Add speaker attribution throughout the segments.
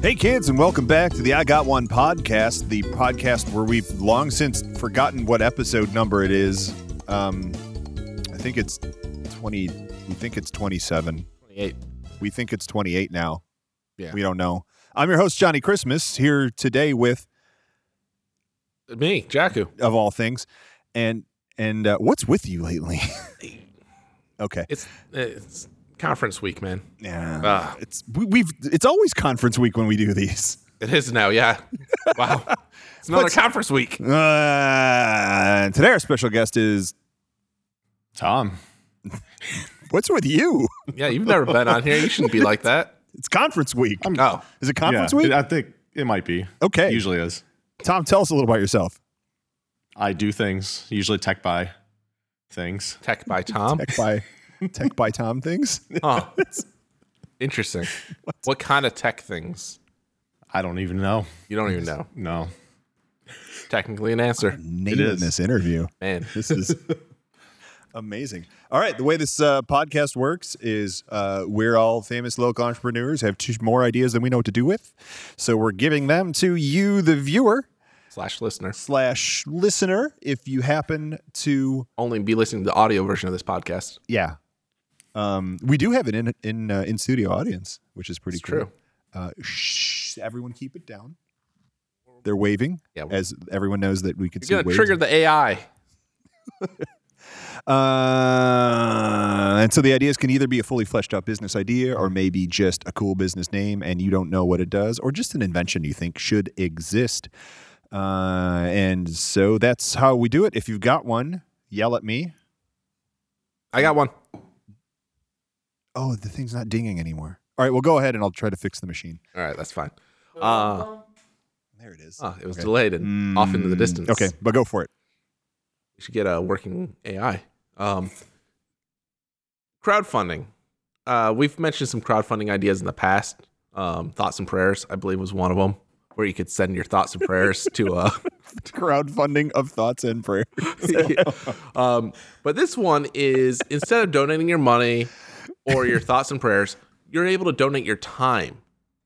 Speaker 1: Hey, kids, and welcome back to the I Got One podcast, the podcast where we've long since forgotten what episode number it is. Um, I think it's 20, we think it's 27.
Speaker 2: 28.
Speaker 1: We think it's 28 now.
Speaker 2: Yeah.
Speaker 1: We don't know. I'm your host, Johnny Christmas, here today with,
Speaker 2: Me, Jaku.
Speaker 1: of all things, and, and uh, what's with you lately? okay.
Speaker 2: It's it's conference week, man.
Speaker 1: Yeah.
Speaker 2: Ah.
Speaker 1: It's, we, we've, it's always conference week when we do these.
Speaker 2: It is now, yeah. Wow. It's another
Speaker 1: What's-
Speaker 2: conference week.
Speaker 1: Uh, today, our special guest is,
Speaker 3: Tom.
Speaker 1: what's with you?
Speaker 2: Yeah, you've never been on here. You shouldn't be like that. Oh,
Speaker 1: It's conference week.
Speaker 2: No.
Speaker 1: Is it conference
Speaker 3: Yeah,
Speaker 1: week?
Speaker 3: I think it might be.
Speaker 1: okay.
Speaker 3: Usually is.
Speaker 1: Tom, tell us a little about yourself.
Speaker 3: I do things, usually tech buy things.
Speaker 2: Tech by Tom.
Speaker 1: Tech by Tech by Tom things.
Speaker 2: Huh. Interesting. What kind of tech things?
Speaker 3: I don't even know.
Speaker 2: You don't even know.
Speaker 3: No.
Speaker 2: Technically an answer.
Speaker 1: Name
Speaker 3: is.
Speaker 1: this interview.
Speaker 2: Man.
Speaker 1: This is amazing. All right, the way this uh, podcast works is uh, we're all famous local entrepreneurs have two more ideas than we know what to do with, so we're giving them to you, the viewer
Speaker 2: Slash listener.
Speaker 1: slash listener. If you happen to,
Speaker 2: Only be listening to the audio version of this podcast.
Speaker 1: yeah, um, we do have an in in uh, in studio audience, which is pretty
Speaker 2: It's
Speaker 1: cool.
Speaker 2: true.
Speaker 1: Uh, shh, everyone, keep it down. They're waving,
Speaker 2: Yeah.
Speaker 1: as everyone knows that we could
Speaker 2: You're
Speaker 1: see.
Speaker 2: gonna
Speaker 1: waves.
Speaker 2: trigger the AI.
Speaker 1: Uh, and so the ideas can either be a fully fleshed out business idea,
Speaker 2: Mm-hmm.
Speaker 1: or maybe just a cool business name, and you don't know what it does, or just an invention you think should exist. Uh, and so that's how we do it. If you've got one, yell at me.
Speaker 2: I got one.
Speaker 1: Oh, the thing's not dinging anymore. All right, well, go ahead and I'll try to fix the machine.
Speaker 2: All right, that's fine. Uh,
Speaker 1: There it is.
Speaker 2: oh, it was
Speaker 1: Okay.
Speaker 2: delayed and off into the
Speaker 1: Mm,
Speaker 2: distance.
Speaker 1: Okay, but go for it.
Speaker 2: We should get a working AI. Um, crowdfunding. Uh, we've mentioned some crowdfunding ideas in the past. Um, thoughts and prayers, I believe, was one of them, where you could send your thoughts and prayers to. Uh,
Speaker 1: Crowdfunding of thoughts and prayers.
Speaker 2: um, but this one is instead of donating your money or your thoughts and prayers, you're able to donate your time.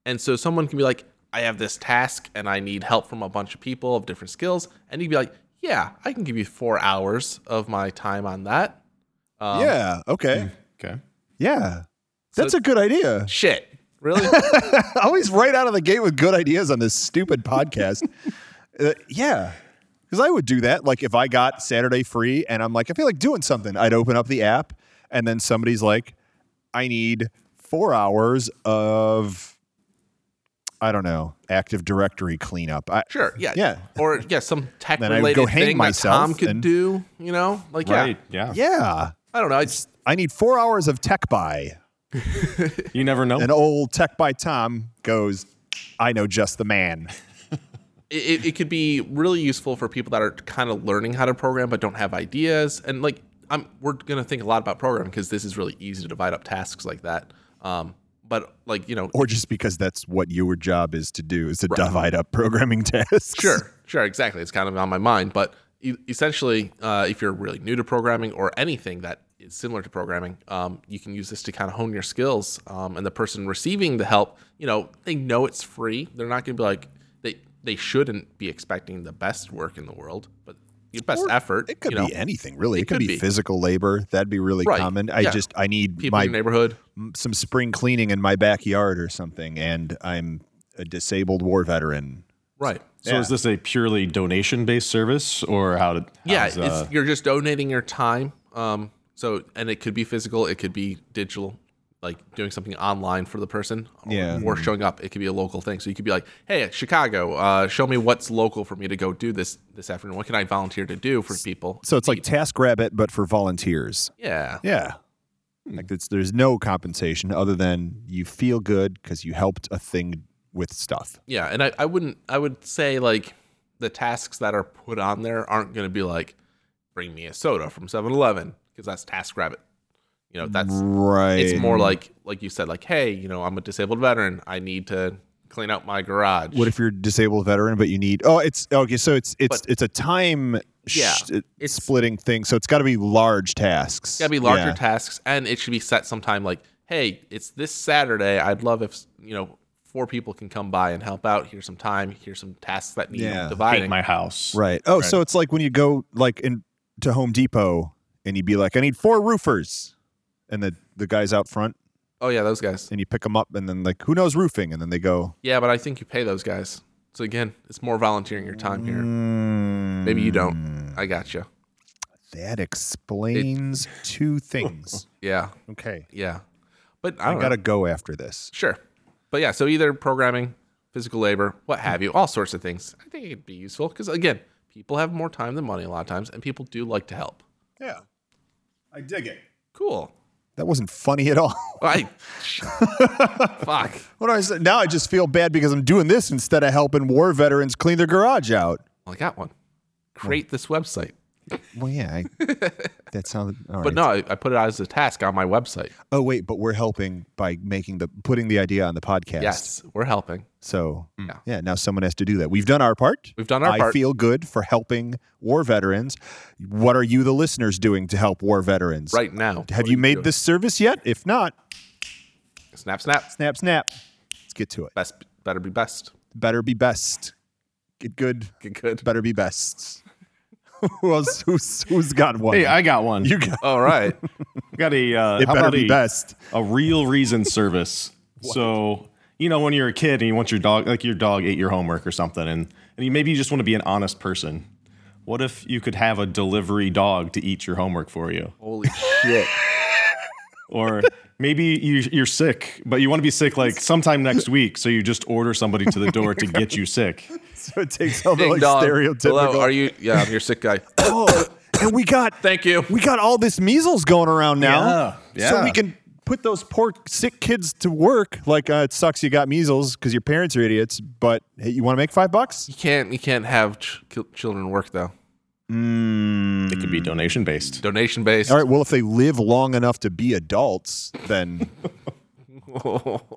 Speaker 2: And so someone can be like, I have this task and I need help from a bunch of people of different skills. And you'd be like, yeah, I can give you four hours of my time on that. Um,
Speaker 1: yeah, okay.
Speaker 3: Okay.
Speaker 1: Yeah.
Speaker 2: So
Speaker 1: That's a good idea.
Speaker 2: Shit. Really?
Speaker 1: always right out of the gate with good ideas on this stupid podcast. Uh, yeah. Because I would do that. Like if I got Saturday free and I'm like, I feel like doing something, I'd open up the app and then somebody's like, I need four hours of, I don't know, Active Directory cleanup. I,
Speaker 2: sure. Yeah.
Speaker 1: Yeah.
Speaker 2: Or yeah, some tech
Speaker 1: Then I would go
Speaker 2: related
Speaker 1: hang
Speaker 2: thing that
Speaker 1: myself
Speaker 2: Tom could
Speaker 1: and-
Speaker 2: do. You know, like
Speaker 3: Right.
Speaker 2: yeah,
Speaker 3: Yeah.
Speaker 1: Yeah.
Speaker 2: I don't know. I just
Speaker 1: I need four hours of tech buy.
Speaker 3: You never know.
Speaker 1: And old tech buy Tom goes, I know just the man.
Speaker 2: it, it could be really useful for people that are kind of learning how to program but don't have ideas and like I'm we're gonna think a lot about programming because this is really easy to divide up tasks like that. Um, but like you know,
Speaker 1: Or just because that's what your job is to do is to divide up programming tasks.
Speaker 2: Sure, sure, exactly. It's kind of on my mind, but e- essentially, uh, if you're really new to programming or anything that is similar to programming, um, you can use this to kind of hone your skills. Um, and the person receiving the help, you know, they know it's free. They're not going to be like they they shouldn't be expecting the best work in the world, but your best
Speaker 1: Or
Speaker 2: effort.
Speaker 1: It could
Speaker 2: you know,
Speaker 1: be anything, really. It, could,
Speaker 2: could
Speaker 1: be,
Speaker 2: be.
Speaker 1: physical labor. That'd be really
Speaker 2: Right.
Speaker 1: common. I
Speaker 2: Yeah.
Speaker 1: just I need
Speaker 2: people in
Speaker 1: my
Speaker 2: your neighborhood.
Speaker 1: m- some spring cleaning in my backyard or something, and I'm a disabled war veteran.
Speaker 2: Right.
Speaker 3: so
Speaker 1: Yeah.
Speaker 3: is this a purely donation based service or how did
Speaker 2: yeah
Speaker 3: how's, uh,
Speaker 2: it's, you're just donating your time um so and it could be physical it could be digital like doing something online for the person or,
Speaker 1: Yeah.
Speaker 2: or showing up it could be a local thing so you could be like hey chicago uh, show me what's local for me to go do this this afternoon what can i volunteer to do for people
Speaker 1: So it's like TaskRabbit, but for volunteers.
Speaker 2: yeah
Speaker 1: Yeah.
Speaker 2: Hmm.
Speaker 1: Like it's, there's no compensation other than you feel good because you helped a thing with stuff.
Speaker 2: yeah and I, I wouldn't i would say like the tasks that are put on there aren't going to be like bring me a soda from 7-eleven because that's task rabbit you know that's
Speaker 1: Right.
Speaker 2: it's more like like you said like hey you know i'm a disabled veteran i need to clean out my garage
Speaker 1: What if you're a disabled veteran, but you need? Oh, it's okay. So it's it's
Speaker 2: But-
Speaker 1: it's a time
Speaker 2: Yeah,
Speaker 1: it-
Speaker 2: it's-
Speaker 1: splitting thing. So it's got to be large tasks.
Speaker 2: it's gotta be larger
Speaker 1: Yeah.
Speaker 2: tasks and it should be set sometime like hey it's this saturday i'd love if you know poor people can come by and help out. Here's some time. Here's some tasks that need
Speaker 1: Yeah.
Speaker 3: Paint
Speaker 2: dividing.
Speaker 3: my house.
Speaker 1: Right. Oh, so it's like when you go like in to Home Depot and you'd be like, I need four roofers. And the, the guy's out front
Speaker 2: oh yeah, those guys.
Speaker 1: and you pick them up and then like, who knows roofing? And then they go,
Speaker 2: Yeah, but I think you pay those guys. So again, it's more volunteering your time here. Maybe you don't.
Speaker 1: Mm.
Speaker 2: I got you.
Speaker 1: that explains two things.
Speaker 2: Yeah,
Speaker 1: Okay.
Speaker 2: yeah. But I,
Speaker 1: I,
Speaker 2: don't
Speaker 1: got to
Speaker 2: know.
Speaker 1: go after this.
Speaker 2: sure. But yeah, so either programming, physical labor, what have you, all sorts of things. I think it'd be useful because again, people have more time than money a lot of times, and people do like to help.
Speaker 1: Yeah. I dig it.
Speaker 2: Cool.
Speaker 1: That wasn't funny at all.
Speaker 2: I fuck.
Speaker 1: what do I say? Now I just feel bad because I'm doing this instead of helping war veterans clean their garage out.
Speaker 2: Well, I got one. Create this website.
Speaker 1: Well, yeah. I, that sounded all right.
Speaker 2: But no, I, I put it out as a task on my website.
Speaker 1: Oh, wait, but we're helping by making the putting the idea on the podcast.
Speaker 2: Yes, we're helping.
Speaker 1: So
Speaker 2: Yeah.
Speaker 1: yeah, now someone has to do that. We've done our part.
Speaker 2: We've done our
Speaker 1: I
Speaker 2: part.
Speaker 1: feel good for helping war veterans. What are you, the listeners, doing to help war veterans?
Speaker 2: Right now.
Speaker 1: Have
Speaker 2: What are
Speaker 1: you made
Speaker 2: doing?
Speaker 1: this service yet? If not,
Speaker 2: Snap, snap.
Speaker 1: snap, snap. Let's get to it.
Speaker 2: Best better be best.
Speaker 1: Better be best. Get good.
Speaker 2: Good, good.
Speaker 1: Better be best. Who else? Who's, who's got one?
Speaker 3: Hey, I got one.
Speaker 1: you got
Speaker 2: All right.
Speaker 3: got a uh,
Speaker 1: it.
Speaker 3: how
Speaker 1: Better
Speaker 3: about
Speaker 1: be
Speaker 3: a-
Speaker 1: best.
Speaker 3: a real reason service. so you know when you're a kid and you want your dog like your dog ate your homework or something and, and you maybe you just want to be an honest person. What if you could have a delivery dog to eat your homework for you?
Speaker 2: Holy shit.
Speaker 3: Or maybe you, you're sick, but you want to be sick like sometime next week, so you just order somebody to the door to get you sick.
Speaker 1: So it takes all the
Speaker 2: Ding
Speaker 1: like,
Speaker 2: dong.
Speaker 1: stereotypical.
Speaker 2: Hello, are you? Yeah, I'm your sick guy.
Speaker 1: Oh, and we got
Speaker 2: Thank you.
Speaker 1: we got all this measles going around now.
Speaker 3: Yeah,
Speaker 1: So
Speaker 3: yeah.
Speaker 1: we can put those poor sick kids to work. Like, uh, it sucks you got measles because your parents are idiots, but hey, you want to make five bucks?
Speaker 2: You can't. You can't have ch- ki- children work though.
Speaker 3: It could be donation based.
Speaker 2: Donation based.
Speaker 1: All right. Well, if they live long enough to be adults, then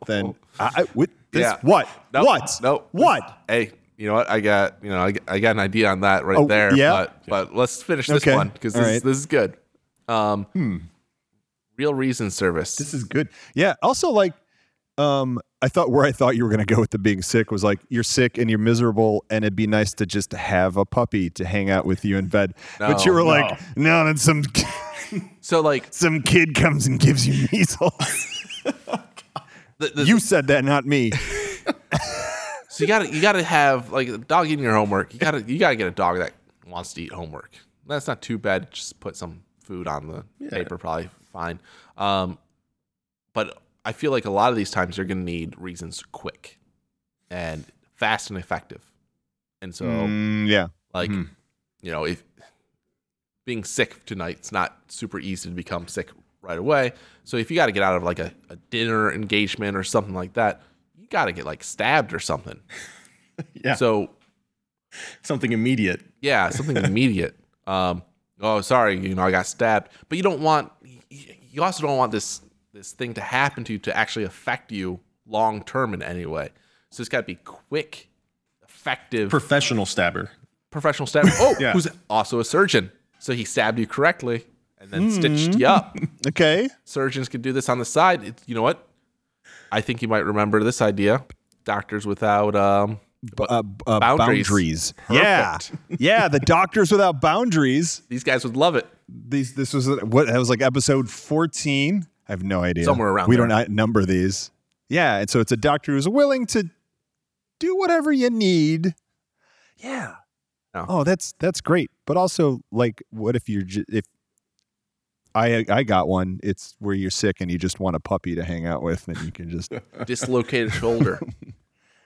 Speaker 1: then I, I would. This,
Speaker 2: Yeah.
Speaker 1: What?
Speaker 2: Nope.
Speaker 1: What?
Speaker 2: Nope.
Speaker 1: What?
Speaker 2: Hey, you know what? I got. You know, I, I got an idea on that right
Speaker 1: Oh,
Speaker 2: there.
Speaker 1: yeah?
Speaker 2: But but let's finish this
Speaker 1: Okay.
Speaker 2: one because
Speaker 1: All
Speaker 2: this,
Speaker 1: right. Hmm.
Speaker 2: this is good. Um, Real reason service.
Speaker 1: This is good. Yeah. Also, like, um, I thought where I thought you were gonna go with the being sick was like you're sick and you're miserable, and it'd be nice to just have a puppy to hang out with you in bed. but
Speaker 2: No,
Speaker 1: you were like, no, then some
Speaker 2: so like
Speaker 1: some kid comes and gives you measles.
Speaker 2: the, the,
Speaker 1: you said that, not me.
Speaker 2: So you gotta you gotta have like a dog eating your homework. You gotta you gotta get a dog that wants to eat homework. That's not too bad. Just put some food on the paper, probably fine. Um, but I feel like a lot of these times you're gonna need reasons quick and fast and effective. And so
Speaker 1: Mm, yeah.
Speaker 2: like you know if being sick tonight it's not super easy to become sick right away so if you got to get out of like a, a dinner engagement or something like that you got to get like stabbed or something
Speaker 3: Yeah.
Speaker 2: so
Speaker 3: Something immediate.
Speaker 2: yeah something immediate um oh sorry you know i got stabbed but you don't want y- y- you also don't want this this thing to happen to you to actually affect you long term in any way so it's got to be quick effective
Speaker 3: Professional stabber.
Speaker 2: professional stab. Oh,
Speaker 3: Yeah.
Speaker 2: who's also a surgeon. So he stabbed you correctly and
Speaker 1: Hmm.
Speaker 2: then stitched you up.
Speaker 1: Okay.
Speaker 2: Surgeons can do this on the side. It's you know what? I think you might remember this idea. Doctors without um
Speaker 1: B- uh, b- uh,
Speaker 2: Boundaries.
Speaker 1: Yeah. Yeah. The doctors without boundaries.
Speaker 2: these guys would love it.
Speaker 1: These. This was what that was like episode fourteen. I have no idea.
Speaker 2: Somewhere around
Speaker 1: We
Speaker 2: there.
Speaker 1: don't out- number these. Yeah, and so it's a doctor who's willing to do whatever you need. Yeah.
Speaker 2: No.
Speaker 1: Oh, that's that's great. But also, like, what if you're ju- if I I got one. It's where you're sick and you just want a puppy to hang out with, and you can just
Speaker 2: Dislocated shoulder.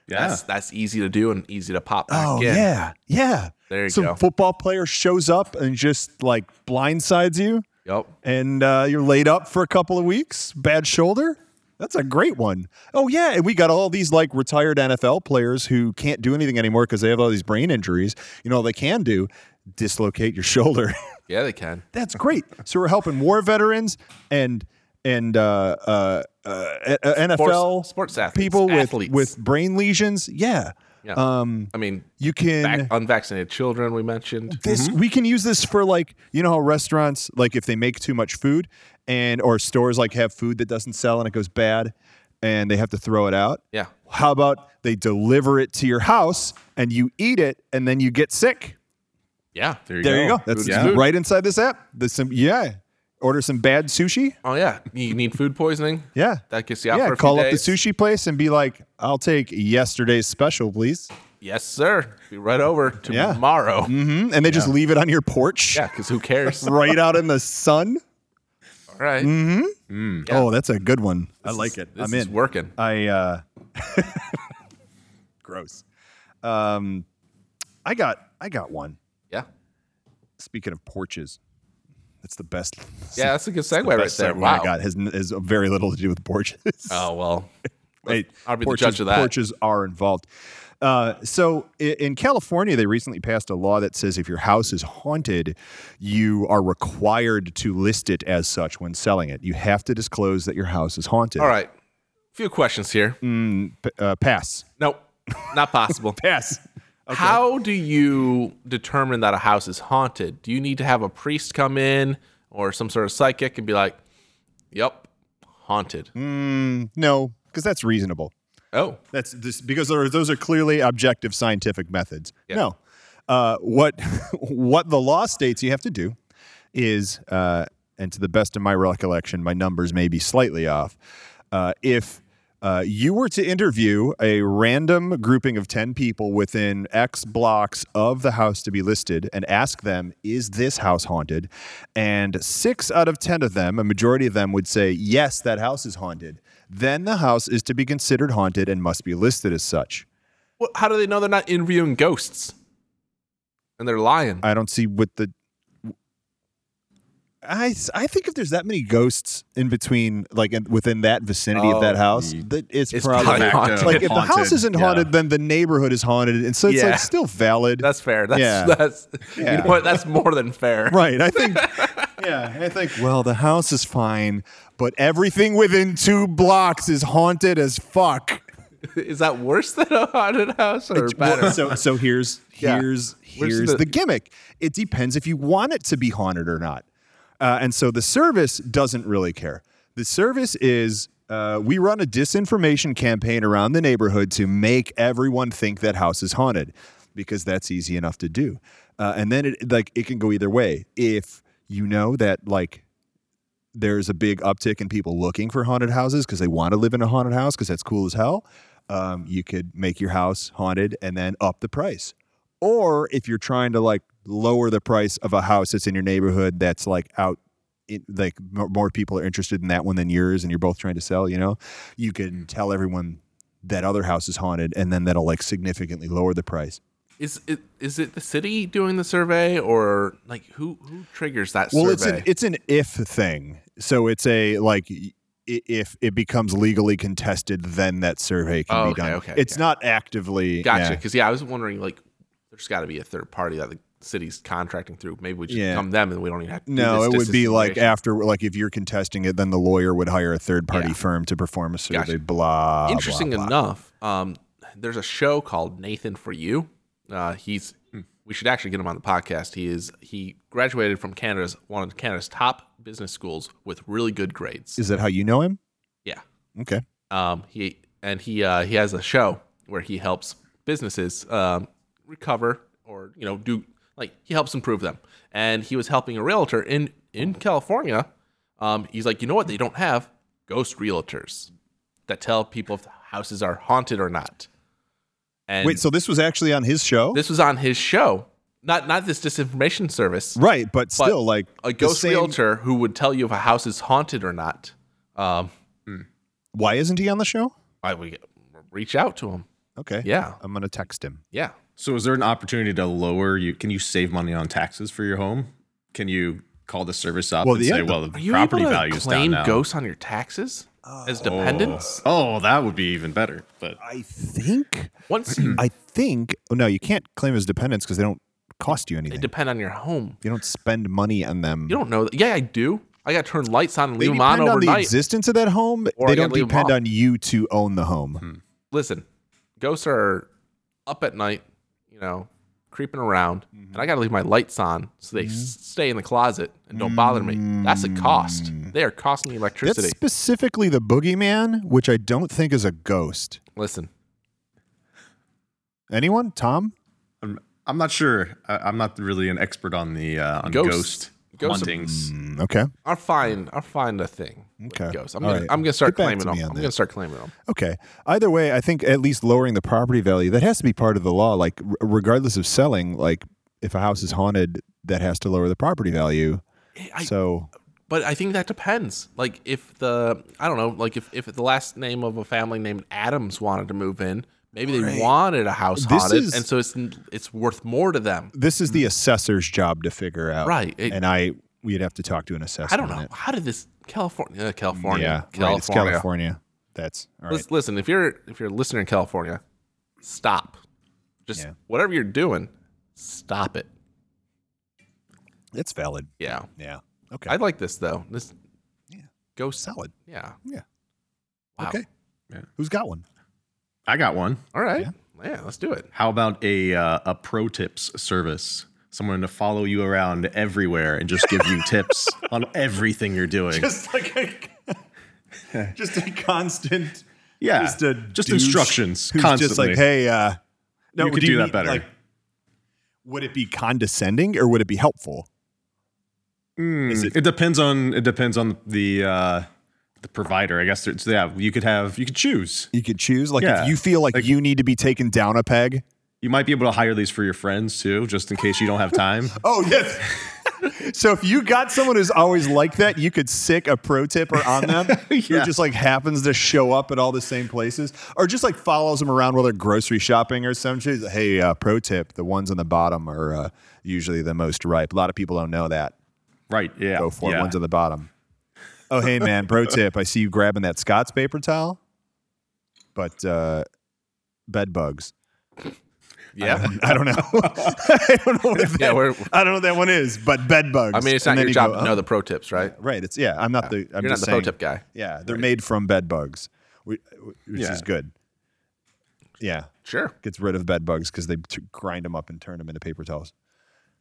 Speaker 2: That's that's easy to do and easy to pop back
Speaker 1: oh
Speaker 2: in.
Speaker 1: yeah yeah.
Speaker 2: There you
Speaker 1: Some
Speaker 2: go.
Speaker 1: football player shows up and just like blindsides you,
Speaker 2: Yep.
Speaker 1: and uh, you're laid up for a couple of weeks. Bad shoulder. That's a great one. Oh yeah, and we got all these like retired NFL players who can't do anything anymore because they have all these brain injuries. You know, all they can do dislocate your shoulder.
Speaker 2: Yeah, they can.
Speaker 1: That's great. so we're helping war veterans and and uh, uh, uh, a- a- NFL
Speaker 2: sports athletes,
Speaker 1: people with
Speaker 2: athletes.
Speaker 1: with brain lesions. Yeah,
Speaker 2: Yeah.
Speaker 1: Um,
Speaker 2: I mean,
Speaker 1: you can
Speaker 2: vac- unvaccinated children we mentioned.
Speaker 1: this we can use this for like you know how restaurants like if they make too much food and or stores like have food that doesn't sell and it goes bad and they have to throw it out.
Speaker 2: Yeah.
Speaker 1: How about they deliver it to your house and you eat it and then you get sick?
Speaker 2: Yeah.
Speaker 1: There you go. That's
Speaker 2: That's yeah.
Speaker 1: right inside this app. There's some yeah. Order some bad sushi.
Speaker 2: Oh yeah. You need food poisoning.
Speaker 1: Yeah.
Speaker 2: That gets you out
Speaker 1: yeah,
Speaker 2: for a few
Speaker 1: call up
Speaker 2: days.
Speaker 1: the sushi place and be like, "I'll take yesterday's special, please."
Speaker 2: Yes, sir. Be right over
Speaker 1: Yeah.
Speaker 2: tomorrow.
Speaker 1: Mm, And they just leave it on your porch,
Speaker 2: Yeah, because who cares? All
Speaker 1: right out in the sun.
Speaker 2: right. Yeah.
Speaker 1: Oh, that's a good one. I like it.
Speaker 2: This
Speaker 1: I'm
Speaker 2: is
Speaker 1: in.
Speaker 2: working.
Speaker 1: I uh gross. Um I got I got one.
Speaker 2: Yeah.
Speaker 1: Speaking of porches. That's the best.
Speaker 2: Yeah, that's a good segue
Speaker 1: the
Speaker 2: right
Speaker 1: best
Speaker 2: there.
Speaker 1: segment
Speaker 2: Wow.
Speaker 1: I got has, has very little to do with porches.
Speaker 2: Oh well.
Speaker 1: Hey,
Speaker 2: I'll be the
Speaker 1: porches,
Speaker 2: judge of that.
Speaker 1: Porches are involved. Uh, so i- in California, they recently passed a law that says if your house is haunted, you are required to list it as such when selling it. You have to disclose that your house is haunted.
Speaker 2: All right. Few questions here.
Speaker 1: P- uh, pass.
Speaker 2: No, not possible.
Speaker 1: Pass.
Speaker 2: How do you determine that a house is haunted? Do you need to have a priest come in or some sort of psychic and be like, "Yep, haunted."
Speaker 1: Mm. No, because that's reasonable.
Speaker 2: Oh,
Speaker 1: That's this because there are- those are clearly objective scientific methods.
Speaker 2: Yeah.
Speaker 1: No, uh, what what the law states you have to do is, uh, and to the best of my recollection, my numbers may be slightly off. Uh, if uh, you were to interview a random grouping of 10 people within X blocks of the house to be listed and ask them, Is this house haunted? And six out of 10 of them, a majority of them would say, Yes, that house is haunted. Then the house is to be considered haunted and must be listed as such.
Speaker 2: Well, how do they know they're not interviewing ghosts? And they're lying.
Speaker 1: I don't see what the. I, s- I think if there's that many ghosts in between, like in, within that vicinity of that
Speaker 2: Oh,
Speaker 1: house, that it's,
Speaker 2: it's
Speaker 1: probably
Speaker 2: probably
Speaker 1: like
Speaker 2: haunted.
Speaker 1: if the house isn't haunted, then the neighborhood is haunted, and so it's
Speaker 2: Yeah.
Speaker 1: like still valid,
Speaker 2: That's fair. That's
Speaker 1: Yeah.
Speaker 2: that's you
Speaker 1: Yeah.
Speaker 2: know what? That's more than fair.
Speaker 1: right? I think, yeah, I think. Well, the house is fine, but everything within two blocks is haunted as fuck.
Speaker 2: Is that worse than a haunted house or
Speaker 1: Well,
Speaker 2: better?
Speaker 1: So so here's
Speaker 2: Yeah.
Speaker 1: here's
Speaker 2: Where's
Speaker 1: here's
Speaker 2: the-
Speaker 1: the, gimmick. It depends if you want it to be haunted or not. Uh, and so the service doesn't really care. The service is uh, we run a disinformation campaign around the neighborhood to make everyone think that house is haunted because that's easy enough to do. Uh, and then it like it can go either way. If you know that like there's a big uptick in people looking for haunted houses because they want to live in a haunted house because that's cool as hell. Um, you could make your house haunted and then up the price. Or if you're trying to like lower the price of a house that's in your neighborhood that's like out, it, like more, more people are interested in that one than yours and you're both trying to sell, you know, you
Speaker 2: Mm.
Speaker 1: can tell everyone that other house is haunted and then that'll like significantly lower the price.
Speaker 2: Is it is it the city doing the survey or like who who triggers that
Speaker 1: Well, it's
Speaker 2: survey?
Speaker 1: an it's an if thing. So it's a like y- i- if it becomes legally contested, then that survey can
Speaker 2: Oh,
Speaker 1: be
Speaker 2: okay,
Speaker 1: done.
Speaker 2: okay,
Speaker 1: it's
Speaker 2: okay.
Speaker 1: not actively
Speaker 2: gotcha.
Speaker 1: yeah.
Speaker 2: Because yeah, I was wondering like there's got to be a third party that the city's contracting through. Maybe we just
Speaker 1: Yeah.
Speaker 2: become them and we don't even have to. do
Speaker 1: No,
Speaker 2: this
Speaker 1: it would be like
Speaker 2: disinformation.
Speaker 1: after like if you're contesting it, then the lawyer would hire a third party
Speaker 2: Yeah.
Speaker 1: firm to perform a survey.
Speaker 2: Gotcha.
Speaker 1: Blah.
Speaker 2: interesting
Speaker 1: blah, blah.
Speaker 2: enough um there's a show called nathan for you uh he's we should actually get him on the podcast he is he graduated from canada's one of canada's top business schools with really good grades
Speaker 1: Is that how you know him?
Speaker 2: yeah
Speaker 1: Okay.
Speaker 2: um he and he uh he has a show where he helps businesses um recover or you know do like he helps improve them and he was helping a realtor in in california um he's like you know what they don't have ghost realtors that tell people if the houses are haunted or not and
Speaker 1: Wait, so this was actually on his show,
Speaker 2: this was on his show not not this disinformation service
Speaker 1: right? But still, like
Speaker 2: a
Speaker 1: the
Speaker 2: ghost
Speaker 1: same-
Speaker 2: realtor who would tell you if a house is haunted or not um
Speaker 1: Why isn't he on the show?
Speaker 2: i would reach out to him
Speaker 1: Okay.
Speaker 2: yeah
Speaker 1: I'm gonna text him.
Speaker 2: yeah
Speaker 3: So is there an opportunity to lower you? Can you save money on taxes for your home? Can you call the service up
Speaker 1: Well,
Speaker 3: and
Speaker 1: yeah,
Speaker 3: say,
Speaker 1: the-
Speaker 3: well,
Speaker 2: Are
Speaker 3: the
Speaker 2: you
Speaker 3: property
Speaker 2: able to
Speaker 3: value's
Speaker 2: claim
Speaker 3: down now?
Speaker 2: ghosts on your taxes
Speaker 1: Oh.
Speaker 2: as dependents?
Speaker 3: Oh, that would be even better. But
Speaker 1: I think.
Speaker 2: Oh. Once you
Speaker 1: I think. Hmm. Oh, no, you can't claim his dependents because they don't cost you anything.
Speaker 2: they depend on your home,
Speaker 1: You don't spend money on them.
Speaker 2: you don't know. That. Yeah, I do. I got to turn lights on and
Speaker 1: they
Speaker 2: leave them
Speaker 1: depend
Speaker 2: on
Speaker 1: on, the
Speaker 2: overnight.
Speaker 1: existence of that home.
Speaker 2: Or
Speaker 1: they
Speaker 2: I gotta
Speaker 1: don't
Speaker 2: leave 'em Hmm.
Speaker 1: depend
Speaker 2: off.
Speaker 1: on you to own the home.
Speaker 2: Listen, ghosts are up at night, you know, creeping around,
Speaker 1: Mm-hmm.
Speaker 2: and I got to leave my lights on so they s- stay in the closet and don't bother me. That's a cost. They are costing me
Speaker 1: Mm. That's
Speaker 2: electricity.
Speaker 1: specifically the boogeyman, which I don't think is a ghost.
Speaker 2: Listen,
Speaker 1: Anyone? Tom?
Speaker 3: I'm, I'm not sure. I, I'm not really an expert on the uh, on
Speaker 2: Ghosts.
Speaker 3: ghost,
Speaker 2: Ghosts are-
Speaker 3: hauntings.
Speaker 1: Mm, okay.
Speaker 2: I'll find I'll find a thing. with
Speaker 1: Okay.
Speaker 2: Ghosts. I'm
Speaker 1: All
Speaker 2: gonna
Speaker 1: right.
Speaker 2: I'm gonna start
Speaker 1: Get back
Speaker 2: claiming
Speaker 1: to
Speaker 2: them.
Speaker 1: me on
Speaker 2: I'm
Speaker 1: that.
Speaker 2: gonna start claiming them.
Speaker 1: Okay. Either way, I think at least lowering the property value that has to be part of the law. Like r- regardless of selling, like if a house is haunted, that has to lower the property value.
Speaker 2: Eh, I-
Speaker 1: so
Speaker 2: But I think that depends. Like if the I don't know, like if, if the last name of a family named Adams wanted to move in, maybe they wanted a house
Speaker 1: This
Speaker 2: haunted,
Speaker 1: is-
Speaker 2: and so it's it's worth more to them.
Speaker 1: this is the assessor's job to figure out,
Speaker 2: Hmm. Right. It-
Speaker 1: and I we'd have to talk to an assessor.
Speaker 2: I don't
Speaker 1: on
Speaker 2: know
Speaker 1: it.
Speaker 2: how did this California uh, California
Speaker 1: Yeah,
Speaker 2: California.
Speaker 1: right. It's California. That's all right.
Speaker 2: Lis- Listen, if you're if you're a listener in California, stop. Just
Speaker 1: Yeah.
Speaker 2: whatever you're doing, stop it.
Speaker 1: It's valid.
Speaker 2: Yeah,
Speaker 1: Yeah. Okay.
Speaker 2: I like this though. This
Speaker 1: Yeah.
Speaker 2: go
Speaker 1: Solid.
Speaker 2: Yeah.
Speaker 1: Yeah.
Speaker 2: Wow.
Speaker 1: Okay.
Speaker 3: Yeah.
Speaker 1: Who's got one?
Speaker 3: I got one.
Speaker 2: All right.
Speaker 1: Yeah.
Speaker 2: Yeah. let's do it.
Speaker 3: How about a uh, a pro tips service? Someone to follow you around everywhere and just give you tips on everything you're doing.
Speaker 1: Just like a, just a constant.
Speaker 3: yeah,
Speaker 1: just a
Speaker 3: just
Speaker 1: douche
Speaker 3: instructions
Speaker 1: who's
Speaker 3: constantly.
Speaker 1: just like, hey, uh, no,
Speaker 3: You could
Speaker 1: do,
Speaker 3: do that
Speaker 1: need-
Speaker 3: better.
Speaker 1: Like, would it be condescending or would it be helpful?
Speaker 3: Mm,
Speaker 1: it-
Speaker 3: it, depends on it depends on the uh, the provider. I guess there's yeah, you could have you could choose.
Speaker 1: You could choose. Like,
Speaker 3: Yeah.
Speaker 1: if you feel like,
Speaker 3: Like-
Speaker 1: you need to be taken down a peg.
Speaker 3: You might be able to hire these for your friends too, just in case you don't have time.
Speaker 1: Oh yes. so if you got someone who's always like that, you could sick a pro tipper on them who
Speaker 3: Yeah.
Speaker 1: just like happens to show up at all the same places, or just like follows them around while they're grocery shopping or some shit. He's like, Hey, uh, pro tip: the ones on the bottom are uh, usually the most ripe. A lot of people don't know that.
Speaker 3: right? Yeah.
Speaker 1: Go for it.
Speaker 3: yeah.
Speaker 1: Ones on the bottom. Oh, hey, man. Pro tip. I see you grabbing that Scott's paper towel, but uh, bed bugs.
Speaker 2: Yeah.
Speaker 1: I don't know. I don't know what that,
Speaker 2: yeah. We're,
Speaker 1: I don't know what that one is, but bed bugs.
Speaker 2: I mean, it's
Speaker 1: And
Speaker 2: not
Speaker 1: then
Speaker 2: your
Speaker 1: you
Speaker 2: job
Speaker 1: go,
Speaker 2: to know
Speaker 1: "Oh,
Speaker 2: the pro tips, right?
Speaker 1: Right. It's yeah. I'm not the. I'm
Speaker 2: you're not
Speaker 1: just
Speaker 2: the
Speaker 1: saying,
Speaker 2: pro tip guy.
Speaker 1: Yeah, they're made from bed bugs, whi- which
Speaker 3: Yeah.
Speaker 1: is good. Yeah,
Speaker 2: Sure.
Speaker 1: gets rid of bed bugs because they t- grind them up and turn them into paper towels.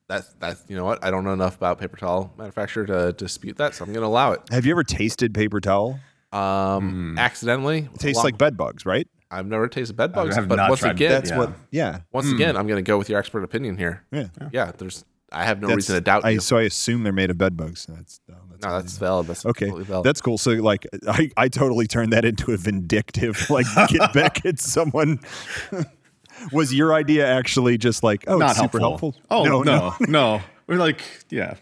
Speaker 2: That's that's you know what? I don't know enough about paper towel manufacturer to dispute that, so I'm gonna allow it.
Speaker 1: Have you ever tasted paper towel?
Speaker 3: Hmm.
Speaker 2: Um, accidentally
Speaker 1: It tastes
Speaker 2: along-
Speaker 1: like bed bugs, right?
Speaker 2: I've never tasted bed bugs,
Speaker 3: have
Speaker 2: but
Speaker 3: not
Speaker 2: once
Speaker 3: tried
Speaker 2: again,
Speaker 1: That's
Speaker 3: Yeah. Hmm.
Speaker 1: what. Yeah,
Speaker 2: once again, I'm gonna go with your expert opinion here.
Speaker 1: yeah.
Speaker 2: Yeah, there's I have no
Speaker 1: That's-
Speaker 2: reason to doubt
Speaker 1: I,
Speaker 2: you.
Speaker 1: So I assume they're made of bed bugs. That's, no, that's
Speaker 2: No, that's valid. That's
Speaker 1: okay.
Speaker 2: completely valid.
Speaker 1: That's cool. So like, I, I totally turned that into a vindictive like get back at someone. Was your idea actually just like oh
Speaker 3: Not
Speaker 1: it's super helpful?
Speaker 3: Oh no, no, We're like, yeah,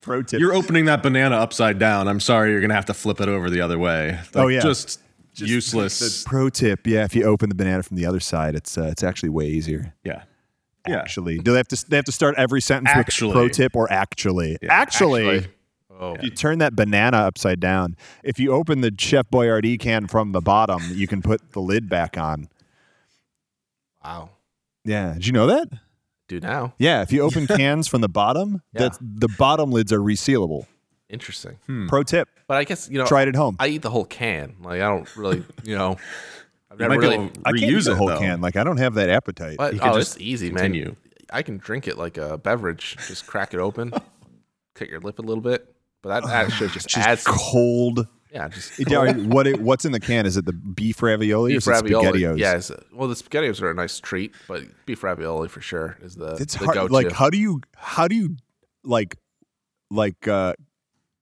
Speaker 1: Pro tip.
Speaker 3: you're opening that banana upside down. I'm sorry, you're gonna have to flip it over the other way. Like,
Speaker 1: Oh, yeah.
Speaker 3: just,
Speaker 1: Just
Speaker 3: useless.
Speaker 1: The pro tip, yeah, if you open the banana from the other side, it's uh, it's actually way easier.
Speaker 3: yeah, yeah.
Speaker 1: Actually, do they have to they have to start every sentence
Speaker 3: Actually.
Speaker 1: with pro tip or actually? actually,
Speaker 2: actually. Oh,
Speaker 1: if you turn that banana upside down, if you open the Chef Boyardee can from the bottom, you can put the lid back on.
Speaker 2: wow.
Speaker 1: Yeah, did you know that?
Speaker 2: Do now.
Speaker 1: Yeah, if you open cans from the bottom,
Speaker 2: Yeah.
Speaker 1: that's the bottom lids are resealable.
Speaker 2: Interesting.
Speaker 1: Pro tip:
Speaker 2: But I guess you know
Speaker 1: try it at home.
Speaker 2: I eat the whole can. Like I don't really, you know, I've never
Speaker 3: might be
Speaker 2: really.
Speaker 3: able to
Speaker 1: I can't
Speaker 3: reuse
Speaker 1: eat the
Speaker 3: it,
Speaker 1: whole
Speaker 3: though.
Speaker 1: can. Like I don't have that appetite.
Speaker 2: but
Speaker 3: you could
Speaker 2: oh,
Speaker 3: just
Speaker 2: it's easy, man.
Speaker 3: continue.
Speaker 2: I can drink it like a beverage. Just crack it open, cut your lip a little bit. But that actually just,
Speaker 1: Just
Speaker 2: adds.
Speaker 1: cold.
Speaker 2: Yeah, just
Speaker 1: Yeah, what it, what's in the can? Is it the beef ravioli?
Speaker 2: beef
Speaker 1: or is it
Speaker 2: ravioli.
Speaker 1: SpaghettiOs?
Speaker 2: Yeah, it's- well, the spaghettios are a nice treat, but beef ravioli for sure is the,
Speaker 1: it's
Speaker 2: the
Speaker 1: hard.
Speaker 2: go-to.
Speaker 1: Like, how do you how do you like like uh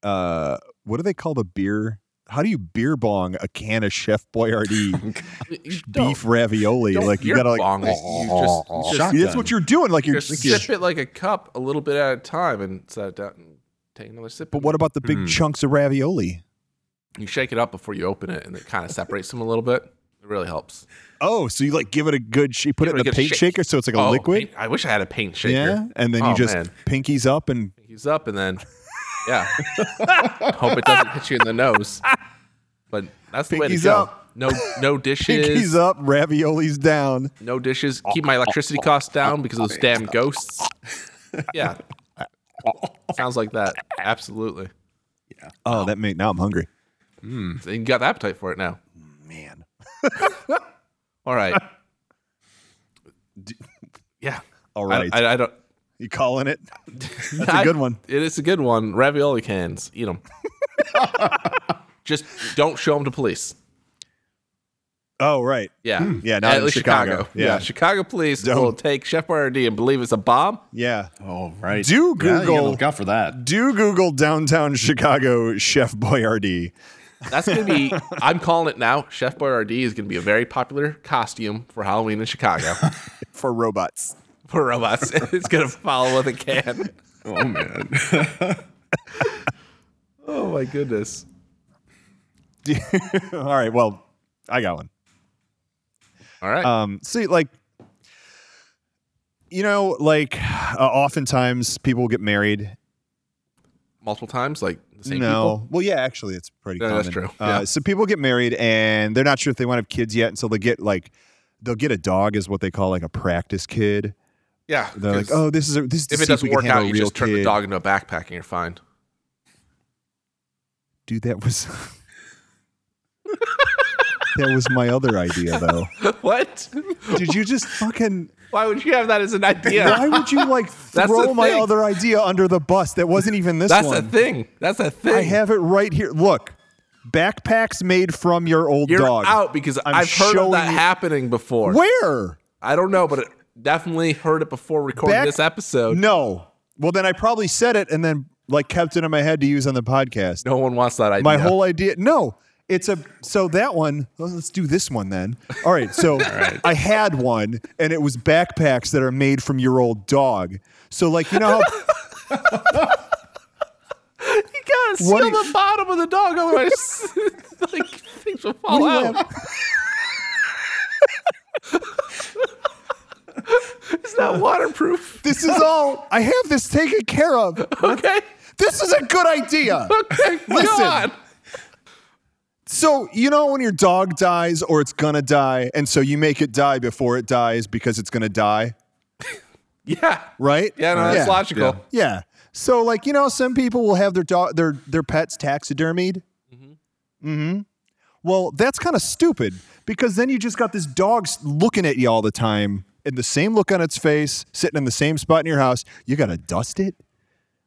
Speaker 1: uh what do they call the beer? How do you beer bong a can of Chef Boyardee
Speaker 2: You don't-
Speaker 1: beef ravioli?
Speaker 2: don't
Speaker 1: Like you
Speaker 2: beer
Speaker 1: gotta like
Speaker 2: bong it. You just- you just-
Speaker 1: that's what you're doing. Like you're,
Speaker 2: Just sip it like a cup, a little bit at a time, and set it down and take another sip.
Speaker 1: but what about the
Speaker 2: Hmm.
Speaker 1: big chunks of ravioli?
Speaker 2: you shake it up before you open it, and it kind of separates them a little bit. It really helps.
Speaker 1: Oh, so you like give it a good sh- you put
Speaker 2: Give
Speaker 1: it in
Speaker 2: it a
Speaker 1: a
Speaker 2: good
Speaker 1: paint
Speaker 2: shake.
Speaker 1: shaker, so it's like a
Speaker 2: Oh,
Speaker 1: liquid.
Speaker 2: paint- I wish I had a paint shaker.
Speaker 1: Yeah, and then you
Speaker 2: Oh,
Speaker 1: just
Speaker 2: man.
Speaker 1: pinkies up and
Speaker 2: He's up, and then yeah. Hope it doesn't hit you in the nose. But that's the way to
Speaker 1: Pinkies
Speaker 2: go.
Speaker 1: up.
Speaker 2: No, no
Speaker 1: pinkies
Speaker 2: dishes.
Speaker 1: up, raviolis down.
Speaker 2: No dishes. Keep my electricity costs down because of those damn ghosts. Yeah. Sounds like that. Absolutely.
Speaker 1: Oh, that made now I'm hungry.
Speaker 2: So you got the appetite for it now.
Speaker 1: Man,
Speaker 2: All right. Yeah.
Speaker 1: all
Speaker 2: I-
Speaker 1: right,
Speaker 2: I, I don't.
Speaker 1: you calling it? That's a good one.
Speaker 2: It is a good one. Ravioli cans. Eat them. Just don't show them to police.
Speaker 1: Oh, right.
Speaker 2: Yeah.
Speaker 1: Yeah, not
Speaker 2: At
Speaker 1: in
Speaker 2: least
Speaker 1: Chicago.
Speaker 2: Yeah.
Speaker 1: Yeah.
Speaker 2: Chicago police
Speaker 1: Don't.
Speaker 2: will take Chef Boyardee and believe it's a bomb.
Speaker 1: Yeah.
Speaker 3: Oh, right.
Speaker 1: Do
Speaker 3: Yeah, you gotta
Speaker 1: Google-
Speaker 3: look out for that.
Speaker 1: Do Google downtown Chicago Chef Boyardee.
Speaker 2: That's going to be, I'm calling it now. Chef Boyardee is going to be a very popular costume for Halloween in Chicago
Speaker 1: for robots.
Speaker 2: for robots. It's going to follow with a can.
Speaker 3: Oh man.
Speaker 2: Oh, my goodness.
Speaker 1: All right, well, I got one.
Speaker 2: All right.
Speaker 1: Um, see, like, you know, like, uh, oftentimes people get married.
Speaker 2: Multiple times, like the same
Speaker 1: no,
Speaker 2: people.
Speaker 1: well, yeah, actually, it's pretty
Speaker 2: No,
Speaker 1: common.
Speaker 2: that's true.
Speaker 1: Uh,
Speaker 2: Yeah.
Speaker 1: So people get married, and they're not sure if they want to have kids yet, and so they get like, they'll get a dog, is what they call like a practice kid.
Speaker 2: Yeah.
Speaker 1: They're like,
Speaker 2: 'cause
Speaker 1: oh, this is a, this. is to
Speaker 2: if
Speaker 1: see
Speaker 2: it doesn't
Speaker 1: we can
Speaker 2: work
Speaker 1: handle
Speaker 2: out, you
Speaker 1: a real
Speaker 2: just turn the
Speaker 1: kid.
Speaker 2: dog into a backpack and you're fine.
Speaker 1: Dude, that was. that was my other idea, though.
Speaker 2: what?
Speaker 1: Did you just fucking?
Speaker 2: Why would you have that as an idea?
Speaker 1: Why would you like
Speaker 2: That's
Speaker 1: throw
Speaker 2: the
Speaker 1: my
Speaker 2: thing.
Speaker 1: other idea under the bus? That wasn't even this
Speaker 2: That's
Speaker 1: one.
Speaker 2: a thing. That's a thing.
Speaker 1: I have it right here. Look, backpacks made from your old
Speaker 2: You're
Speaker 1: dog.
Speaker 2: out because
Speaker 1: I'm
Speaker 2: i have heard
Speaker 1: showing
Speaker 2: of that
Speaker 1: you-
Speaker 2: happening before.
Speaker 1: Where?
Speaker 2: I don't know, but it definitely heard it before recording
Speaker 1: Back-
Speaker 2: this episode. No.
Speaker 1: No. Well, then I probably said it and then like kept it in my head to use on the podcast.
Speaker 2: one wants that idea.
Speaker 1: My whole idea. No. It's a so that one. well, Let's do this one then. All right. So I had one, and it was backpacks that are made from your old dog. So like you know, how,
Speaker 2: you gotta seal
Speaker 1: What do you-
Speaker 2: the bottom of the dog, otherwise, like things will fall
Speaker 1: What do you
Speaker 2: out. it's not waterproof.
Speaker 1: this is all I have. This taken care of.
Speaker 2: Okay.
Speaker 1: This is a good idea.
Speaker 2: Okay.
Speaker 1: Listen.
Speaker 2: Go on.
Speaker 1: So, you know, when your dog dies or it's gonna die, and so you make it die before it dies because it's gonna die,
Speaker 2: Yeah.
Speaker 1: right?
Speaker 2: Yeah. No, that's logical.
Speaker 3: Yeah.
Speaker 1: Yeah. So, like, you know, some people will have their dog, their their pets taxidermied. Mm-hmm. Well, that's kind of stupid because then you just got this dog s- looking at you all the time, and the same look on its face, sitting in the same spot in your house. You gotta dust it.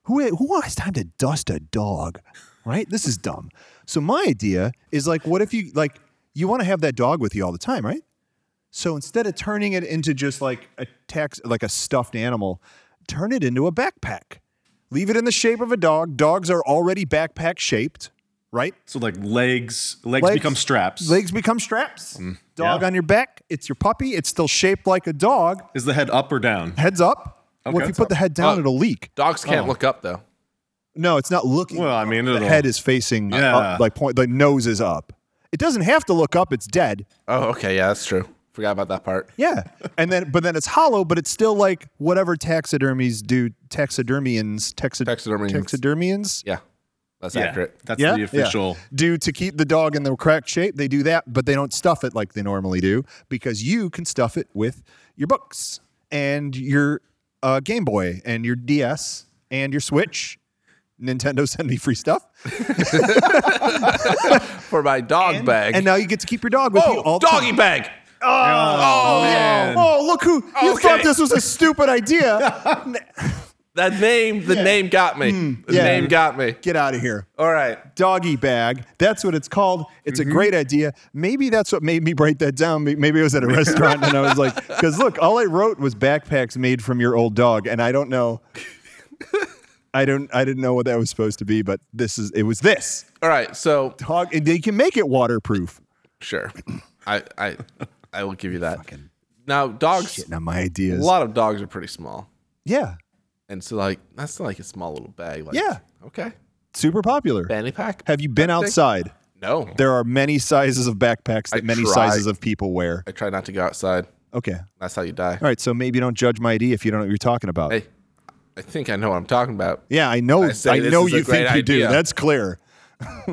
Speaker 1: Who who has time to dust a dog? Right? This is dumb. So my idea is like, what if you like you want to have that dog with you all the time, right? So instead of turning it into just like a tax, like a stuffed animal, turn it into a backpack. Leave it in the shape of a dog. Dogs are already backpack shaped, right?
Speaker 3: So like legs, legs,
Speaker 1: Legs-
Speaker 3: become straps.
Speaker 1: Legs become straps. Dog
Speaker 3: Mm, yeah.
Speaker 1: on your back. It's your puppy. It's still shaped like a dog.
Speaker 3: Is the head up or down?
Speaker 1: Heads up. well,
Speaker 3: Okay, uh,
Speaker 1: if you
Speaker 3: it's
Speaker 1: put
Speaker 3: up.
Speaker 1: the head down,
Speaker 2: Oh.
Speaker 1: it'll leak.
Speaker 2: Dogs can't look up though.
Speaker 1: No, it's not looking.
Speaker 3: Well, I mean,
Speaker 1: the
Speaker 3: it'll-
Speaker 1: head is facing
Speaker 3: Yeah.
Speaker 1: up, like point. The nose is up. It doesn't have to look up. It's dead.
Speaker 2: Oh, okay. Yeah, that's true. Forgot about that part.
Speaker 1: Yeah. And then but then it's hollow, but it's still like whatever taxidermies do taxidermians taxi,
Speaker 2: Taxidermians.
Speaker 1: taxidermians
Speaker 2: Yeah, that's
Speaker 3: Yeah,
Speaker 2: accurate.
Speaker 3: That's
Speaker 1: yeah,
Speaker 3: the
Speaker 1: yeah.
Speaker 3: official.
Speaker 1: do to keep the dog in the correct shape. They do that, but they don't stuff it like they normally do because you can stuff it with your books and your uh, Game Boy and your DS and your Switch. Nintendo send me free stuff,
Speaker 2: For my dog bag.
Speaker 1: and now you get to keep your dog with you
Speaker 2: oh,
Speaker 1: all the
Speaker 2: doggy
Speaker 1: time.
Speaker 2: bag.
Speaker 3: Oh, man.
Speaker 1: Oh, look who! You
Speaker 2: Okay.
Speaker 1: thought this was a stupid idea.
Speaker 2: That name, the name got me. the
Speaker 1: yeah.
Speaker 2: name got me.
Speaker 1: Get out of here.
Speaker 2: All right.
Speaker 1: doggy bag. That's what it's called. It's
Speaker 2: Mm-hmm.
Speaker 1: a great idea. Maybe that's what made me write that down. May- Maybe it was at a restaurant and I was like, because look, all I wrote was backpacks made from your old dog, and I don't know. I don't. I didn't know what that was supposed to be, but this is. It was this
Speaker 2: All right. So
Speaker 1: dog. And they can make it waterproof.
Speaker 2: sure, I I I will give you that. now dogs,
Speaker 1: Getting on my
Speaker 2: a
Speaker 1: ideas.
Speaker 2: lot of dogs are pretty small,
Speaker 1: Yeah,
Speaker 2: and so like that's like a small little bag. Like,
Speaker 1: Yeah.
Speaker 2: Okay.
Speaker 1: super popular.
Speaker 2: Fanny pack.
Speaker 1: Have you been outside?
Speaker 2: No.
Speaker 1: There are many sizes of backpacks that
Speaker 2: I
Speaker 1: many
Speaker 2: tried.
Speaker 1: sizes of people wear.
Speaker 2: I try not to go outside.
Speaker 1: Okay. All
Speaker 2: That's how you die.
Speaker 1: right. So maybe don't judge my idea if you don't know what you're talking about.
Speaker 2: Hey, I think I know what I'm talking about.
Speaker 1: Yeah, I know. I,
Speaker 2: say this
Speaker 1: know
Speaker 2: is a
Speaker 1: you think
Speaker 2: great
Speaker 1: you do.
Speaker 2: idea.
Speaker 1: That's clear.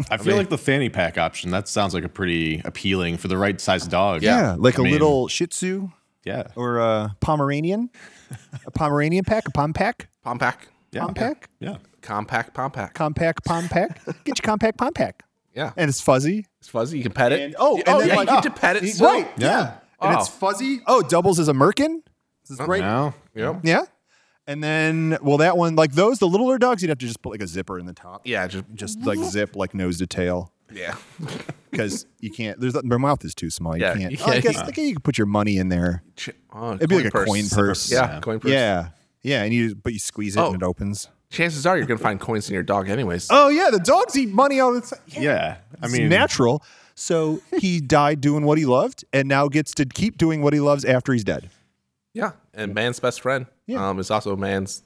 Speaker 3: I feel like the fanny pack option. That sounds like a pretty appealing for the right size dog.
Speaker 1: Yeah, like a
Speaker 3: I mean,
Speaker 1: little Shih Tzu
Speaker 3: Yeah.
Speaker 1: or a Pomeranian, a Pomeranian pack, a pom pack,
Speaker 2: Pompack.
Speaker 3: yeah,
Speaker 1: pom pack,
Speaker 3: Yeah.
Speaker 2: Compact. Pompack.
Speaker 1: compact pom pack. Get your compact pom pack,
Speaker 2: Yeah.
Speaker 1: and it's fuzzy.
Speaker 2: It's fuzzy. You can pet it.
Speaker 1: And- oh, and then
Speaker 2: yeah,
Speaker 1: like-
Speaker 2: you get to pet it. still.
Speaker 1: Right. Yeah. And it's
Speaker 2: Oh.
Speaker 1: fuzzy. Oh, doubles as a merkin. This is right.
Speaker 3: Now.
Speaker 2: Yep.
Speaker 1: Yeah. And then, well, that one, like those, the littler dogs, you'd have to just put like a zipper in the top.
Speaker 2: Yeah, just
Speaker 1: Just like
Speaker 2: Mm-hmm.
Speaker 1: zip, like nose to tail.
Speaker 2: yeah.
Speaker 1: Because you can't, there's their mouth is too small. You
Speaker 2: Yeah,
Speaker 1: can't.
Speaker 2: you
Speaker 1: I
Speaker 2: can't-
Speaker 1: guess I think you could put your money in there.
Speaker 2: Ch- oh,
Speaker 1: It'd be like a coin purse.
Speaker 2: Yeah,
Speaker 3: Yeah.
Speaker 2: coin purse.
Speaker 1: Yeah. Yeah. And you, but you squeeze it
Speaker 2: Oh.
Speaker 1: and it opens.
Speaker 2: Chances are you're gonna find coins in your dog anyways.
Speaker 1: Oh, yeah. The dogs eat money all the time. Yeah.
Speaker 3: Yeah, I
Speaker 1: I
Speaker 3: mean,
Speaker 1: mean, natural. So he died doing what he loved and now gets to keep doing what he loves after he's dead.
Speaker 2: Yeah, and man's best friend
Speaker 1: Yeah.
Speaker 2: um, is also man's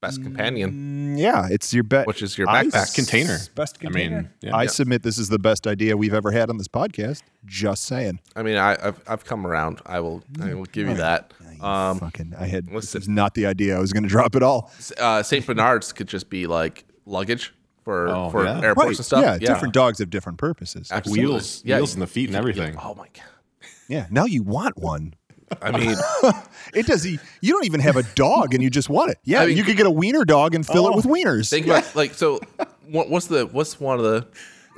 Speaker 2: best companion,
Speaker 1: Mm, Yeah. It's your bet.
Speaker 2: which is your
Speaker 1: I
Speaker 2: backpack.
Speaker 1: s-
Speaker 3: container.
Speaker 1: Best
Speaker 3: I
Speaker 1: container.
Speaker 3: mean, yeah.
Speaker 1: I submit this is the best idea we've ever had on this podcast. Just saying.
Speaker 2: I mean, I, I've I've come around. I will I will give you that. Um,
Speaker 1: Fucking, I had. This
Speaker 2: listen.
Speaker 1: is not the idea. I was going to drop it all.
Speaker 2: uh, Saint Bernards could just be like luggage for
Speaker 3: Oh,
Speaker 2: for
Speaker 3: yeah.
Speaker 2: airports and stuff.
Speaker 1: Yeah, different dogs have different purposes.
Speaker 2: Absolutely.
Speaker 3: wheels,
Speaker 2: Yeah.
Speaker 3: wheels in the feet and everything.
Speaker 2: Oh my god!
Speaker 1: Yeah. Now you want one.
Speaker 2: I mean,
Speaker 1: It does. You don't even have a dog, and you just want it. Yeah,
Speaker 2: I mean-
Speaker 1: you could get a wiener dog and fill it
Speaker 3: Oh.
Speaker 1: with wieners.
Speaker 2: think about like so. What, what's the what's one of the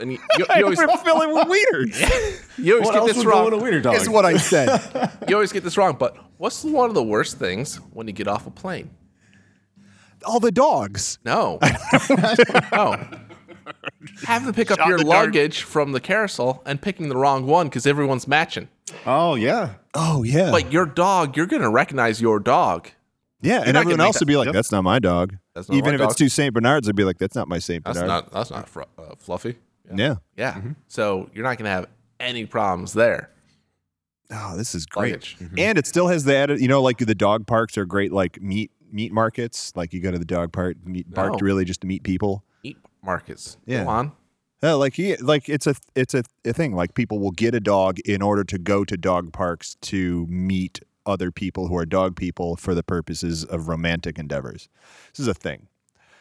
Speaker 2: and you, you, you always
Speaker 1: fill it with wieners.
Speaker 2: you always
Speaker 3: What
Speaker 2: get
Speaker 3: else
Speaker 2: this
Speaker 3: would go in a
Speaker 2: wrong.
Speaker 3: wiener dog?
Speaker 1: Is what I said.
Speaker 2: You always get this wrong. But what's the- one of the worst things when you get off a plane?
Speaker 1: All the dogs.
Speaker 2: No. no. Having to pick up your luggage from the carousel and picking the wrong one because everyone's matching.
Speaker 3: Oh yeah,
Speaker 1: Oh yeah.
Speaker 2: Like your dog, you're gonna recognize your dog.
Speaker 1: yeah, and
Speaker 2: not
Speaker 1: everyone
Speaker 2: gonna make
Speaker 1: else would be like, "That's not my dog."
Speaker 2: That's not
Speaker 1: even
Speaker 2: my
Speaker 1: if it's
Speaker 2: dog.
Speaker 1: two Saint Bernards, I'd be like, "That's not my Saint
Speaker 2: That's
Speaker 1: Bernard."
Speaker 2: not that's not fr- uh, fluffy. Yeah.
Speaker 1: yeah.
Speaker 2: Yeah. So you're not gonna have any problems there.
Speaker 1: Oh, this is great.
Speaker 2: Luggage.
Speaker 1: And it still has the added, you know, like the dog parks are great, like meat meat markets. Like you go to the dog park, meat park
Speaker 2: No.
Speaker 1: really just to meet people.
Speaker 2: Meat markets.
Speaker 1: Yeah.
Speaker 2: Go on.
Speaker 1: Yeah, like he, like it's a it's a, a thing. Like people will get a dog in order to go to dog parks to meet other people who are dog people for the purposes of romantic endeavors. This is a thing.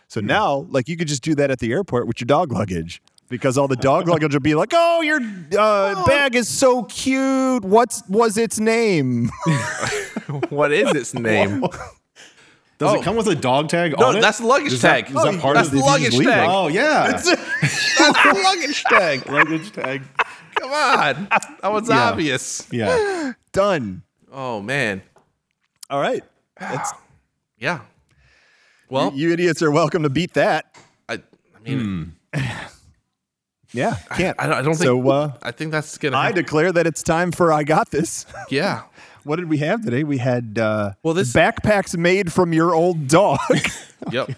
Speaker 1: So
Speaker 2: Hmm.
Speaker 1: now, like you could just do that at the airport with your dog luggage because all the dog luggage will be like, "Oh, your uh,
Speaker 2: Oh."
Speaker 1: bag is so cute. What's was its name?"
Speaker 2: What is its name?
Speaker 3: does
Speaker 2: Oh.
Speaker 3: it come with a dog tag on
Speaker 2: no,
Speaker 3: it?
Speaker 2: that's the luggage
Speaker 3: Is that-
Speaker 2: tag.
Speaker 3: is that part
Speaker 2: that's
Speaker 3: of
Speaker 2: the
Speaker 3: the-
Speaker 2: luggage
Speaker 1: leave it.
Speaker 2: tag.
Speaker 3: Oh yeah,
Speaker 2: That's the luggage tag.
Speaker 3: luggage tag.
Speaker 2: Come on. That was obvious.
Speaker 3: Yeah,
Speaker 1: Done.
Speaker 2: Oh man.
Speaker 1: All right. That's,
Speaker 2: Yeah. Well,
Speaker 1: you idiots are welcome to beat that.
Speaker 2: I, I mean,
Speaker 1: Yeah, can't.
Speaker 2: I don't, I don't think.
Speaker 1: so. Uh,
Speaker 2: I think that's gonna.
Speaker 1: I
Speaker 2: happen.
Speaker 1: declare that it's time for I got this.
Speaker 2: yeah.
Speaker 1: What did we have today? We had uh,
Speaker 2: Well, this-
Speaker 1: backpacks made from your old dog.
Speaker 2: Yep.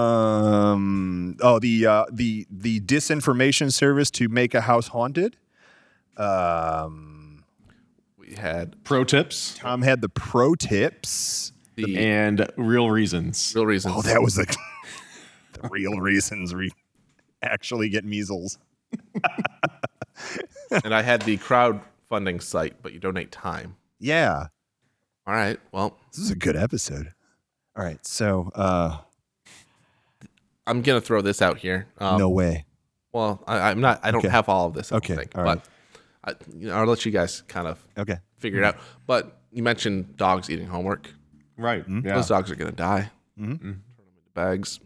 Speaker 1: um, oh, the uh, the the disinformation service to make a house haunted. Um,
Speaker 2: We had
Speaker 3: pro tips
Speaker 1: Tom had the pro tips.
Speaker 2: the
Speaker 3: and real reasons.
Speaker 2: real reasons.
Speaker 1: Oh, that was the, the real reasons we actually get measles.
Speaker 2: and I had the crowdfunding site, but you donate time.
Speaker 1: Yeah,
Speaker 2: All right. Well,
Speaker 1: this is a good episode. All right, so uh,
Speaker 2: I'm gonna throw this out here. Um,
Speaker 1: no way.
Speaker 2: Well, I, I'm not. I don't
Speaker 1: Okay.
Speaker 2: have all of this. I don't
Speaker 1: Okay,
Speaker 2: think,
Speaker 1: all right. Mm-hmm.
Speaker 2: But I, you know, I'll let you guys kind of
Speaker 1: Okay.
Speaker 2: figure it out. But you mentioned dogs eating homework.
Speaker 3: Right. Yeah.
Speaker 2: Those dogs are gonna die. Mm-hmm.
Speaker 1: Mhm.
Speaker 2: Turn them into bags.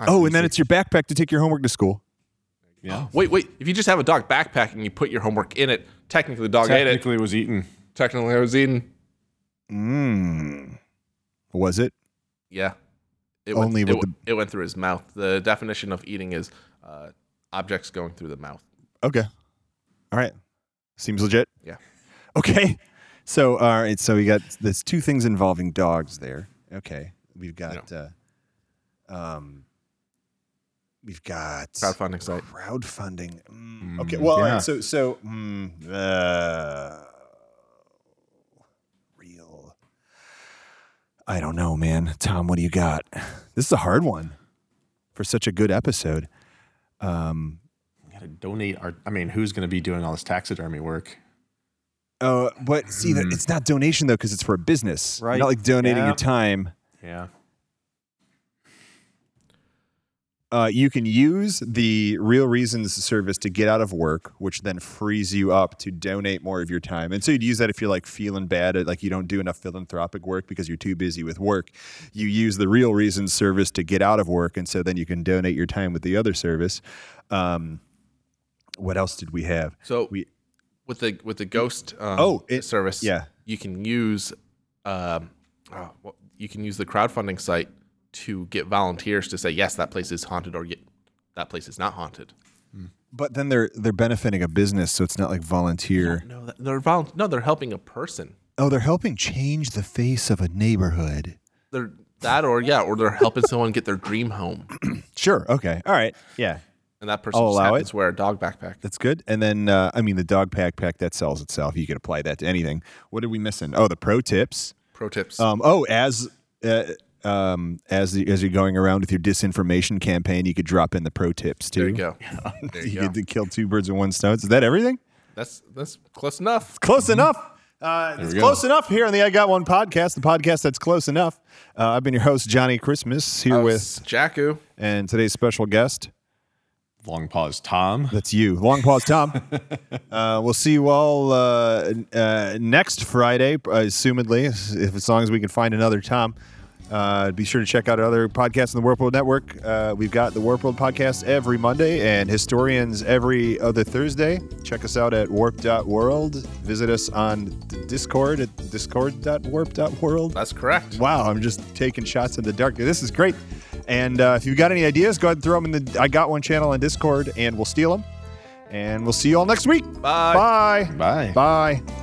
Speaker 1: Oh, and then it's your backpack to take your homework to school.
Speaker 3: yeah.
Speaker 2: Wait, wait. If you just have a dog backpack and you put your homework in it, technically the dog ate it.
Speaker 3: Technically, it was eaten.
Speaker 2: Technically, I was eating. Hmm.
Speaker 1: Mm. Was it?
Speaker 2: Yeah. It
Speaker 1: Only
Speaker 2: went,
Speaker 1: with
Speaker 2: it, w- it went through his mouth. The definition of eating is uh, objects going through the mouth.
Speaker 1: Okay. All right. Seems legit.
Speaker 2: Yeah.
Speaker 1: Okay. So all right. So we got there's two things involving dogs there. Okay. We've got uh, um we've got
Speaker 2: Crowdfunding site.
Speaker 1: crowdfunding. Mm,
Speaker 3: Mm,
Speaker 1: okay. Well, all
Speaker 3: yeah.
Speaker 1: right. So so mm, uh, real. I don't know, man. Tom, what do you got? This is a hard one for such a good episode. Um,
Speaker 3: We gotta donate our. I mean, who's gonna be doing all this taxidermy work?
Speaker 1: Oh, but see, that it's not donation though because it's for a business, right?
Speaker 3: Hmm. Right.
Speaker 1: Not like donating
Speaker 3: Yeah.
Speaker 1: your time.
Speaker 3: Yeah.
Speaker 1: Uh, you can use the Real Reasons service to get out of work, which then frees you up to donate more of your time. And so you'd use that if you're like feeling bad, at, like you don't do enough philanthropic work because you're too busy with work. You use the Real Reasons service to get out of work, and so then you can donate your time with the other service. Um, what else did we have?
Speaker 2: So
Speaker 1: We-
Speaker 2: with the with the ghost um,
Speaker 1: Oh, it-
Speaker 2: service,
Speaker 1: yeah.
Speaker 2: you can use um, oh, well, you can use the crowdfunding site to get volunteers to say yes, that place is haunted, or ye- that place is not haunted.
Speaker 1: But then they're they're benefiting a business, so it's not like volunteer.
Speaker 2: No, that- they're volun- No, they're helping a person.
Speaker 1: Oh, they're helping change the face of a neighborhood.
Speaker 2: They're that, or yeah, or they're helping someone get their dream home,
Speaker 1: Sure. Okay. All right. Yeah.
Speaker 2: and that person
Speaker 1: I'll
Speaker 2: just
Speaker 1: allow
Speaker 2: happens to wear a dog backpack.
Speaker 1: That's good. And then, uh, I mean, the dog pack pack that sells itself. You could apply that to anything. What are we missing? Oh, the pro tips.
Speaker 2: Pro tips.
Speaker 1: Um, oh, as uh, um, as the, as you're going around with your disinformation campaign, you could drop in the pro tips too.
Speaker 2: there you go. There you
Speaker 1: You
Speaker 2: go.
Speaker 1: get to kill two birds with one stone. Is that everything?
Speaker 2: That's that's close enough.
Speaker 1: Close enough. Uh, it's
Speaker 3: we go.
Speaker 1: close enough here on the I Got One podcast, the podcast that's close enough. Uh, I've been your host, Johnny Christmas, here with,
Speaker 2: Jacku.
Speaker 1: and today's special guest,
Speaker 3: Long pause, Tom.
Speaker 1: That's you. Long pause, Tom. uh, we'll see you all uh, uh, next Friday, uh, assumedly, if as long as we can find another Tom. Uh, be sure to check out other podcasts in the Warp World Network. Uh, we've got the Warp World podcast every Monday and historians every other Thursday. Check us out at warp.world. Visit us on d- Discord at discord.warp.world.
Speaker 2: That's correct.
Speaker 1: Wow, I'm just taking shots in the dark. This is great. And uh, if you've got any ideas, go ahead and throw them in the I Got One channel on Discord and we'll steal them. And we'll see you all next week.
Speaker 2: Bye.
Speaker 1: Bye.
Speaker 3: Bye.
Speaker 1: Bye.